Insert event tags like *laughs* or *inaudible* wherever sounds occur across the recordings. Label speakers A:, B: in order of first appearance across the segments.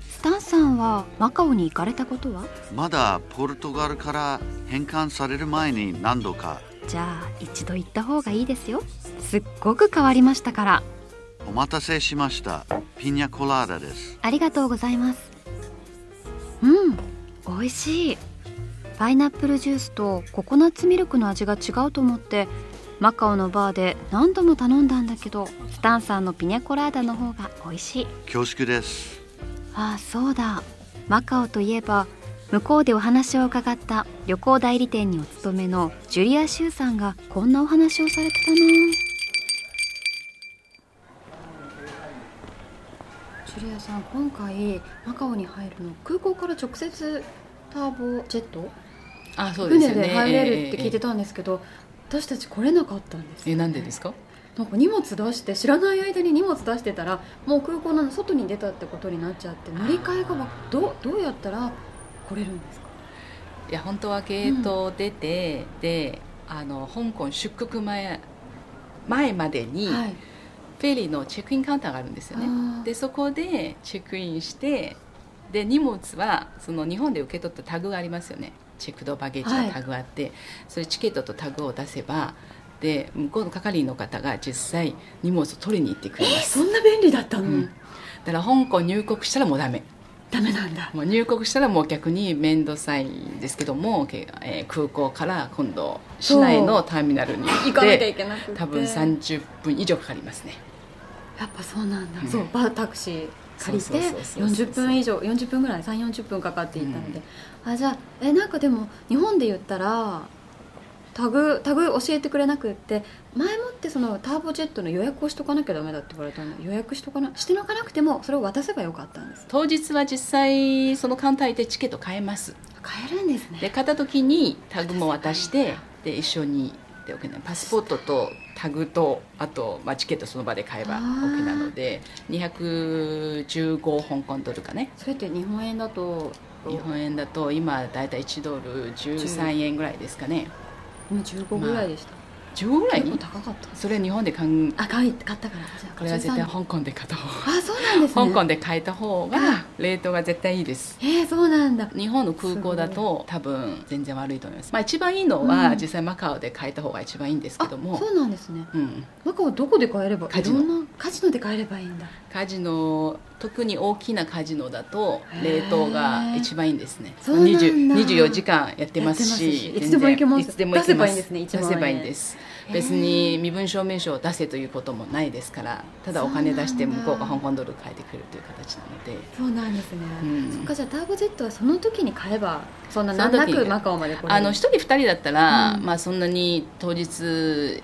A: スタンさんはマカオに行かれたことは
B: まだポルトガルから返還される前に何度か
A: じゃあ一度行った方がいいですよすっごく変わりましたから
B: お待たせしましたピニャコラーダです
A: ありがとうございますうん美味しいパイナップルジュースとココナッツミルクの味が違うと思ってマカオのバーで何度も頼んだんだけどスタンさんのピニャコラーダの方が美味しい
B: 恐縮です
A: ああそうだマカオといえば向こうでお話を伺った旅行代理店にお勤めのジュリア・シューさんがこんなお話をされてたなジュリアさん今回マカオに入るの空港から直接ターボジェット、
C: あ、そうです
A: 船
C: よね。
A: で入れるって聞いて
C: た。
A: たんですけど私たち来れなかったんです
C: え、なんでですか。
A: なんか荷物出して知らない間に荷物出してたらもう空港の外に出たってことになっちゃって乗り換えがわどうどうやったら来れるんですか
C: いや、本当はゲートを出て、で、あの香港出国前。前までに、
A: はい
C: フェリーのチェックインカウンターがあるんですよ
A: あ
C: ね
A: ー。
C: で、そこでチェックインして。で、荷物は、その日本で受け取ったタグがありますよね。チェックドバゲージのタグがあって、それチケットとタグを出せば。で、向こうの係員の方が実際荷物を取りに行ってくれます。
A: そんな便利だったの、
C: うんだから香港入国したらもうダメ。
A: ダメなんだ
C: もう入国したらもう逆に面倒くさいんですけども、けえー空港から今度市内のターミナルに行
A: 行
C: っ
A: かなきゃい
C: て
A: けなくて
C: 多分30分以上かかりますね
A: やっぱそうなんだ、
C: うん
A: そうバータクシー借りて
C: そうそうそうそう
A: 40分以上40分ぐらい340分かかっていたので、あじゃあえなんかでも日本で言ったらタグタグ教えてくれなくって前もってそのターボジェットの予約をしとかなきゃダメだって言われたので予約しとかなしてなかなくてもそれを渡せばよかったんです
C: 当日は実際そのカウンター行ってチケット買えます
A: 買えるんです
C: で
A: ね
C: 買った時にタグも渡してで一緒にで OK なのパスポートとタグとあと、まあ、チケットその場で買えば
A: あ
C: OK
A: ー
C: なので215香港ドルかね
A: それって日本円だと
C: 日本円だと今だいたい1ドル13円ぐらいですかね
A: 今15ぐらいでした、
C: 15ぐらい
A: 結
C: に
A: 構高かった
C: それ日本で買う
A: あ買い買ったからじゃあ
C: これは絶対
A: 13
C: 香港で買った方が
A: あそうなんですね
C: 香港で買えた方
A: あ
C: が冷凍が絶対いいです
A: えー、そうなんだ
C: 日本の空港だ
A: す
C: と多分全然悪いと思いますまあ一番いいのは
A: うん
C: 実際マカオで買えた方が一番いいんですけ
A: あ
C: ども
A: そうなんですね
C: うん
A: マカオどこで買えれば
C: カジノ
A: いろんなカジノで買えればいいんだ
C: カジノ特に大きなカジノだと
A: へー
C: 冷凍が一番いいんですね
A: そうなんだ
C: 20 24時間やってます
A: や
C: し
A: ってますしいつでも行けます
C: 全然いつで
A: 出せ
C: も行けま
A: ばいいんですね一
C: 出
A: 万円
C: せばいいんです別に身分証明書を出せということもないですからただお金出して
A: そうなん
C: 向
A: だ
C: こうが香港ドル変えてくれるという形なので
A: そうなんですね、
C: うん
A: そっかじゃあターボジェットはその時に買えばそんな難な
C: その時
A: く
C: に
A: マカオまで来れる
C: あの1人2人だったら、
A: うん
C: まあ、そんなに当日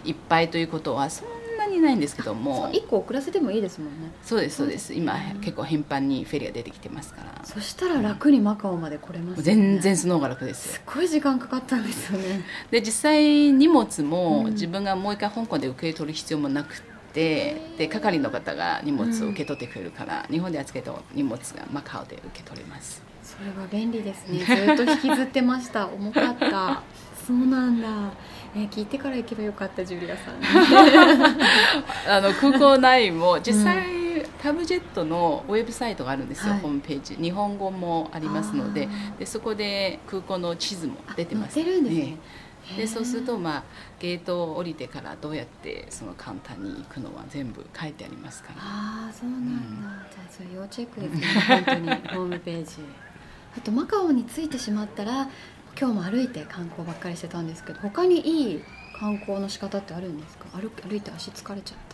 C: いっぱいということはそんなにないんですけど
A: そ
C: も
A: う一個遅らせてもいいですもんね
C: そうですそうです今
A: うん
C: 結構頻繁にフェリーが出てきてますから
A: そしたら楽にマカオまで来れます、ね、
C: 全然その方が楽です
A: すっごい時間かかったんですよね
C: で実際荷物も
A: うん
C: 自分がもう一回香港で受け取る必要もなくてで係の方が荷物を受け取ってくれるから、日本で預けた荷物がマカオで受け取れます
A: *laughs* それは便利ですねずっと引きずってました *laughs* 重かったそうなんだ、ね、聞いてから行けばよかったジュリア *laughs* さん
C: あの空港内も実際、タブジェットのウェブサイトがあるんですよ、
A: はい
C: ホームページ日本語もありますので
A: あ
C: でそこで空港の地図も出てます
A: あ載ってるんですね
C: ええでそうすると、まあ、ゲートを降りてからどうやってその簡単に行くのは全部書いてありますから
A: ああそうなんだ、
C: うん
A: じゃあそれ要チェックですね本当に
C: *laughs*
A: ホームページあとマカオに着いてしまったら今日も歩いて観光ばっかりしてたんですけど他にいい観光の仕方ってあるんですか歩歩いて足疲れちゃった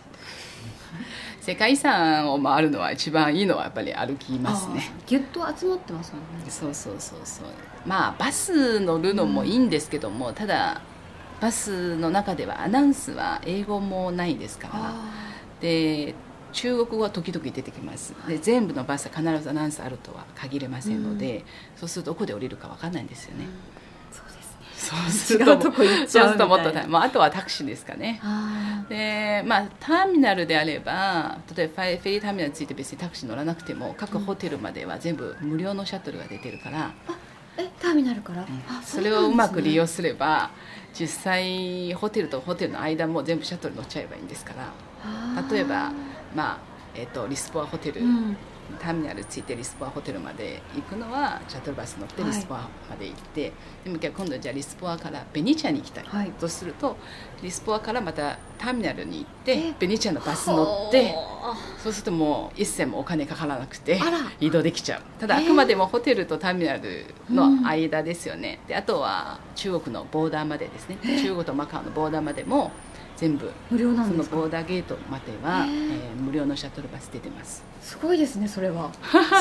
C: 世界遺産を回るのは一番いいのはやっぱり歩きますね
A: あーぎゅっと集まってますもんね
C: そうそうそうそうまあバス乗るのもいいんですけども、ただバスの中ではアナウンスは英語もないですから
A: あ
C: で中国語は時々出てきますで全部のバスは必ずアナウンスあるとは限れませんので、そうするとどこで降りるかわかんないんですよね、
A: そうですね
C: そうす
A: 違
C: ると
A: うとこ行っち
C: そう
A: ゃ
C: す
A: う
C: る
A: み
C: ともったと
A: いな
C: 大変まああとはタクシーですかね
A: あ
C: でまあターミナルであれば例えばフェリーフェリーターミナルについて別にタクシー乗らなくても各ホテルまでは全部無料のシャトルが出てるから、
A: ーえターミナルから、あ
C: それをうまく利
A: す
C: 用すれば実際ホテルとホテルの間も全部シャトル乗っちゃえばいいんですから
A: るんですね
C: 例えばまあえっとリスポアホテル、
A: うん
C: ターミナルついてリスポアホテルまで行くのはシャトルバス乗って
A: はい
C: リスポアまで行って、でも一回今度じゃあリスポアからベニチャに行きたい、
A: はい
C: とするとリスポアからまたターミナルに行って
A: え
C: ベニチャのバス乗って
A: ほー
C: そうするともう一銭もお金かからなくて
A: あら
C: 移動できちゃうただ
A: え
C: あ
A: ー
C: くまでもホテルとターミナルの間ですよね、であとは中国のボーダーまでですね中国とマカオのボーダーまでも全部
A: 無料な
C: そ
A: んで
C: の
A: すか
C: ボーダーゲートまでは、
A: え
C: え
A: ー
C: ー無料のシャトルバス出てます
A: すごいですねそれは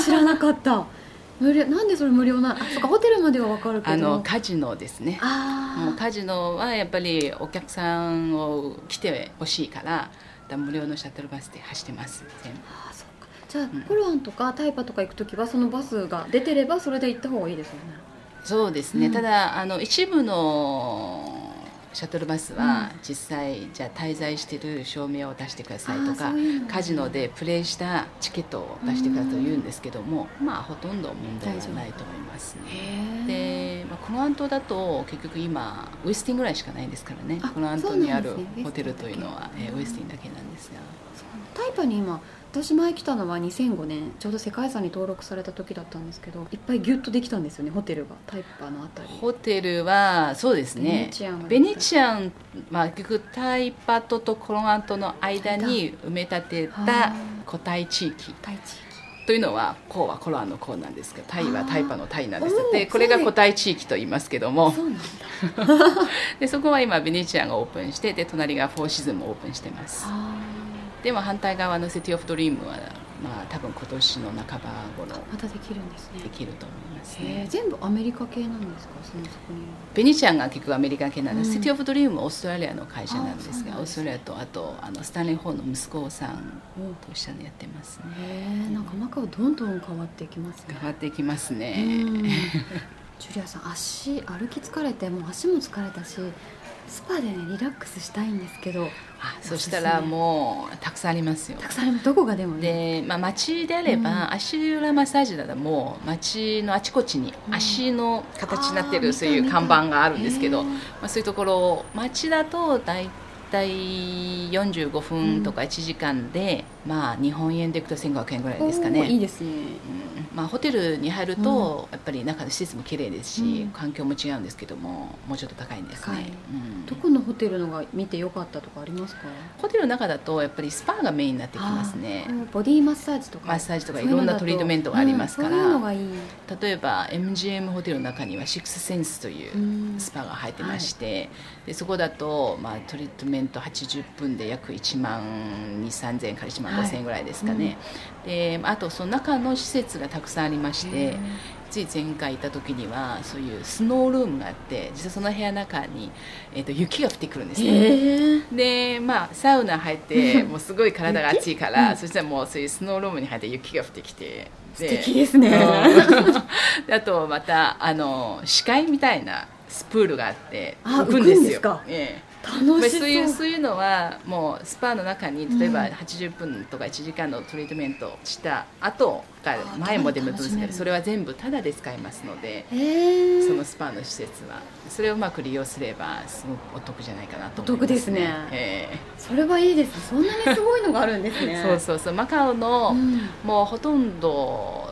A: 知らなかった *laughs* 無料なんでそれ無料なあそっかホテルまでは分かるけど
C: あのカジノですねもう
A: あー
C: カジノはやっぱりお客さんを来てほしいからだ無料のシャトルバスで走ってます全部
A: あーそっかじゃあ、コロアンとかタイパとか行く時はそのバスが出てればそれで行った方がいいですよね
C: そうですね、
A: うん
C: ただあの一部のシャトルバスは実際、じゃあ滞在してる証明を出してくださいと
A: あー
C: か
A: そういうのね
C: カジノでプレイしたチケットを出してくださいと言うんですけども、まあほとんど問題はないと思いますね。
A: え
C: で、まあ、コロアン島だと結局今ウェスティンぐらいしかないですからね
A: あ
C: コロアン島にある
A: そうなんですね
C: ホテルというのはえーウェスティンだけなんですが。
A: タイパに今私前来たのは2005年ちょうど世界遺産に登録された時だったんですけどいっぱいギュッとできたんですよねホテルがタイパのあたり
C: ホテルはそうですね
A: ベ
C: ベ
A: ネ
C: ネ
A: チ
C: チアンまあ結局タイパトとコロアントの間に埋め立て
A: あ
C: た古代地域
A: タイ地域
C: というのはこうはコロアンのこうなんですけどタイ
A: あ
C: は
A: ー
C: タイパのタイなんで
A: おー
C: すでこれが古代地域と言いますけども
A: そうなんだ
C: でそこは今ベネチアンがオープンしてで隣がフォーシーズンもオープンしてます
A: あ
C: でも反対側のセティ・オフ・ドリームはまあ多分今年の半ば頃
A: ーまたできるんですね
C: できると思います
A: へ
C: ね
A: ー全部アメリカ系なんですかそのそこにいる
C: ベニちゃんが結局アメリカ系なんです、
A: うん
C: シティ・オブ・ドリームはオーストラリアの会社なんです
A: あ
C: が
A: そうなん
C: オー
A: です
C: ストラリアとあとあのスタンレー・ホーの息子さん
A: うん
C: と一緒にやってますね
A: へえなんかマカオどんどん変わっていきますね
C: 変わっていきます
A: う
C: ね、
A: んジュリアさん足歩き疲れてもう足も疲れたしスパでねリラックスしたいんですけど
C: あそしたらもうたくさんありますよ
A: たくさんありますどこがでもね
C: で、まあ、街であれば、足裏マッサージならもう街のあちこちに足の形になって
A: あ
C: る
A: ー
C: そうい
A: 見
C: う
A: た
C: 看
A: 見た
C: 板があるんですけ
A: へ
C: ど、
A: ー
C: まあ、そういうところを街だと大体45分とか1時間で、まあ日本円でいくと1500円ぐらいですか
A: お
C: ね
A: ーいいですね
C: まあ、ホテルに入ると、やっぱり中の施設も綺麗ですし、
A: うん
C: 環境も違うんですけどももうちょっと高いんです
A: 高い
C: ね、うん
A: どこのホテルのが見てよかったとかありますか
C: ホテルの中だとやっぱりスパがメインになってきます
A: あー
C: ね
A: こうボディマッサージとか
C: マッサージとか
A: そううのだ
C: いろんなトリートメントがあります
A: う
C: から
A: んそういうのがいい
C: 例えば MGM ホテルの中にはシックスセンスといううんスパが入ってまして、でそこだと、まあ、トリートメント80分で約1万2 3 0 0 0円から1万5 0 0 0円ぐらいですかね、であとその中の施設がたくさんありまして、つい前回行った時にはそういうスノールームがあって実はその部屋の中に、えー、と雪が降ってくるんですね、
A: へえ
C: でまあサウナ入ってもうすごい体が熱いか
A: 雪う
C: ら
A: ん
C: そしたらもうそういうスノールームに入って雪が降ってきて
A: 素敵ですね
C: うんであ *laughs* とまたあの視界みたいなスプールがあって
A: あ
C: 浮くんで
A: 浮く
C: すよ
A: んですか
C: ええま
A: 楽
C: あ
A: し
C: そ
A: そうう
C: いうそういうのはもうスパの中に例え
A: うん
C: ば80分とか1時間のトリートメントした後が
A: あ
C: 前もでもです
A: 楽しめ
C: け
A: る
C: どそれは全部タダで使えますので
A: へえ
C: そのスパの施設はそれをうまく利用すればすごくお得じゃないかなと思
A: お
C: います、ね、
A: 得ですね
C: え
A: それはいいですそんなにすごいのがあるんです
C: え
A: ね
C: *laughs* そうそうそうマカオの、
A: うん
C: もうほとんど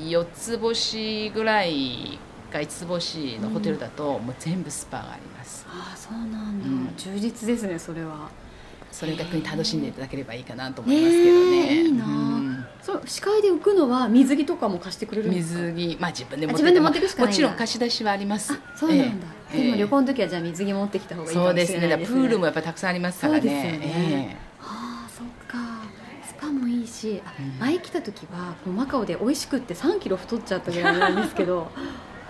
C: 4つ星ぐらいか5つ星のホテルだと、もう全部スパがあります
A: ああそうなんだ、
C: うん
A: 充実ですねそれは
C: それを逆に楽しんでいただければいいかなと思いますけどね、
A: ねえいいな
C: うん
A: そう視界で浮くのは水着とかも貸してくれるんですか
C: 水着、まあ、自分で
A: あ
C: 持っ
A: 自
C: て
A: 分で持ってくしかないんだ
C: もちろん貸し出しはあります
A: あそうなんだ、
C: ええ
A: でも旅行の時はじゃあ水着持ってきた方がいいか
C: そう
A: もしれないですね
C: ですねだからプールもやっぱりたくさんありますからね
A: そうですよね
C: え
A: ああそっかスパもいいしあ
C: うん *laughs*
A: 前来た時はこうマカオで美味しくって3キロ太っちゃったぐらいなんですけど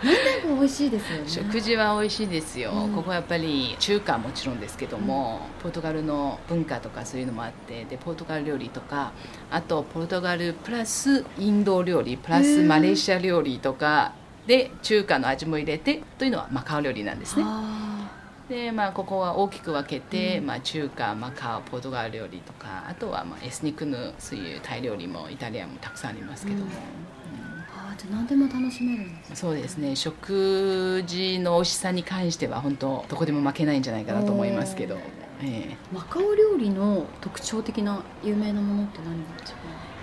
A: 何でも美味しいですよね
C: 食事は美味しいですよ、
A: うん
C: ここはやっぱり中華はもちろんですけども、ポルトガルの文化とかそういうのもあってでポルトガル料理とかあとポルトガルプラスインド料理プラ
A: へ
C: ス
A: ー
C: マレーシア料理とかで中華の味も入れてというのはマカオ料理なんですね
A: あ
C: で、まあ、ここは大きく分けて、
A: うん
C: まあ、中華マカオポルトガル料理とかあとはまあエスニックのそういうタイ料理もイタリアンもたくさんありますけども。
A: うんーあーじゃあ何でも楽しめるんです
C: そうですね食事の美味しさに関しては本当どこでも負けないんじゃないかなと思いますけど
A: おー、
C: ええ
A: マカオ料理の特徴的な有名なものって何なんですか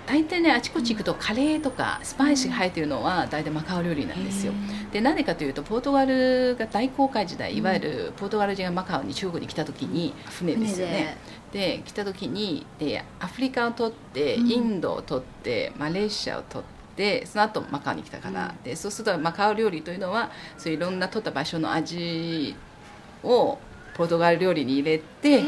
C: 大体ねあちこち行くとカレーとかスパイシーが入っているのは大体マカオ料理なんですよでなんでかというとポルトガルが大航海時代いわゆるポルトガル人がマカオに中国に来た時に船で
A: 船
C: すよね
A: で
C: で来た時にでアフリカを取って
A: うん
C: インドを取ってマレーシアを取ってその後マカオに来たから、
A: うん
C: でそうするとマカオ料理というのはそういういろんな取った場所の味をポルトガル料理に入れて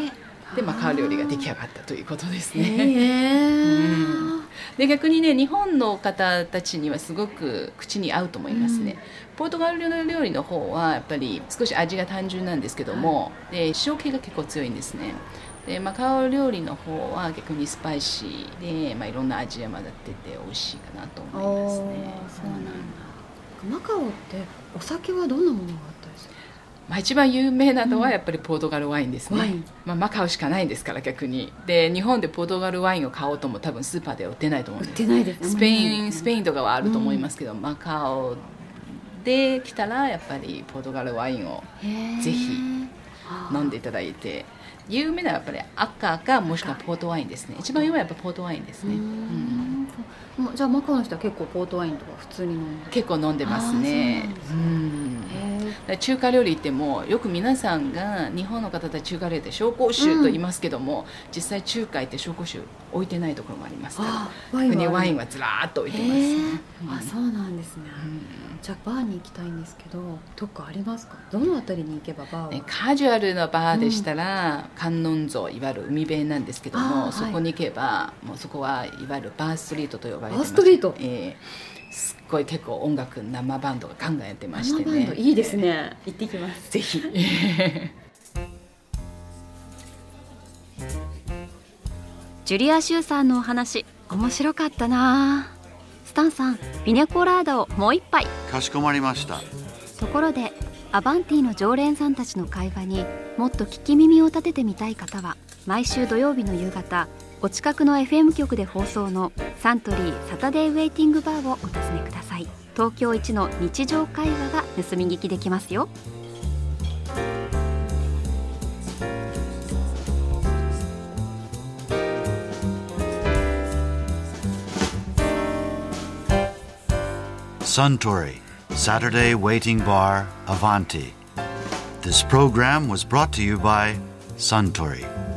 C: でマカオ料理が出来上がったということです
A: へ
C: ね。
A: ー
C: で逆にね日本の方たちにはすごく口に合うと思いますね、
A: うん
C: ポルトガルの料理の方はやっぱり少し味が単純なんですけども、で塩気が結構強いんですねでマカオ料理の方は逆にスパイシーで、まあ、いろんな味が混ざってて美味しいかなと思います
A: お
C: ね
A: ーそうなんだマカオってお酒はどんなものがあったりする
C: まあ、一番有名なのはやっぱりポルトガルワインですね、
A: ワイン
C: まあ、マカオしかないんですから逆にで日本でポルトガルワインを買おうとも多分スーパーでは売ってないと思うん
A: 売っ
C: です
A: てないですね
C: スペイン、スペ
A: ン
C: インとかはあると思いますけど、マカオで来たらやっぱりポルトガルワインをぜひ飲んでいただいて有名なのはやっぱり赤かもしくはポートワインですね一番有名はやっぱポートワインですね、うん
A: もうじゃあマカオの人は結構ポートワインとか普通に飲んで
C: 結構飲んでますね
A: あーそう
C: うんだ
A: へ
C: から中華料理ってもよく皆さんが日本の方たち中華料理って紹興酒と言いますけども、実際中華行って紹興酒置いてないところもありますから
A: あーワインは
C: 国
A: ある
C: ワインはずらーっと置いてます、
A: へ
C: うん
A: ーあそうなんですね
C: うん
A: じゃあバーに行きたいんですけどどっかありますかどのあたりに行けばバー
C: ね
A: は
C: カジュアルなバーでしたら、観音像いわゆる海辺なんですけど
A: あーは
C: も
A: い
C: そこに行けば、もうそこはいわゆるバーストリートと呼ばれてます
A: バーストリート
C: ええすっごい結構音楽生バンドがガンガンやってまし
A: 生
C: て
A: バ
C: ね
A: ンドいいですね行ってきます
C: ぜひ
A: ジュリア・シューさんのお話面白かったなスタンさんビネコラーダをもう一杯ところでアバンティの常連さんたちの会話にもっと聞き耳を立ててみたい方は毎週土曜日の夕方お近くの FM 局で放送のサントリーサタデーウェイティングバーをお尋ねください東京一の日常会話が盗み聞きできますよ
B: Suntory, Saturday Waiting Bar, Avanti. This program was brought to you by Suntory.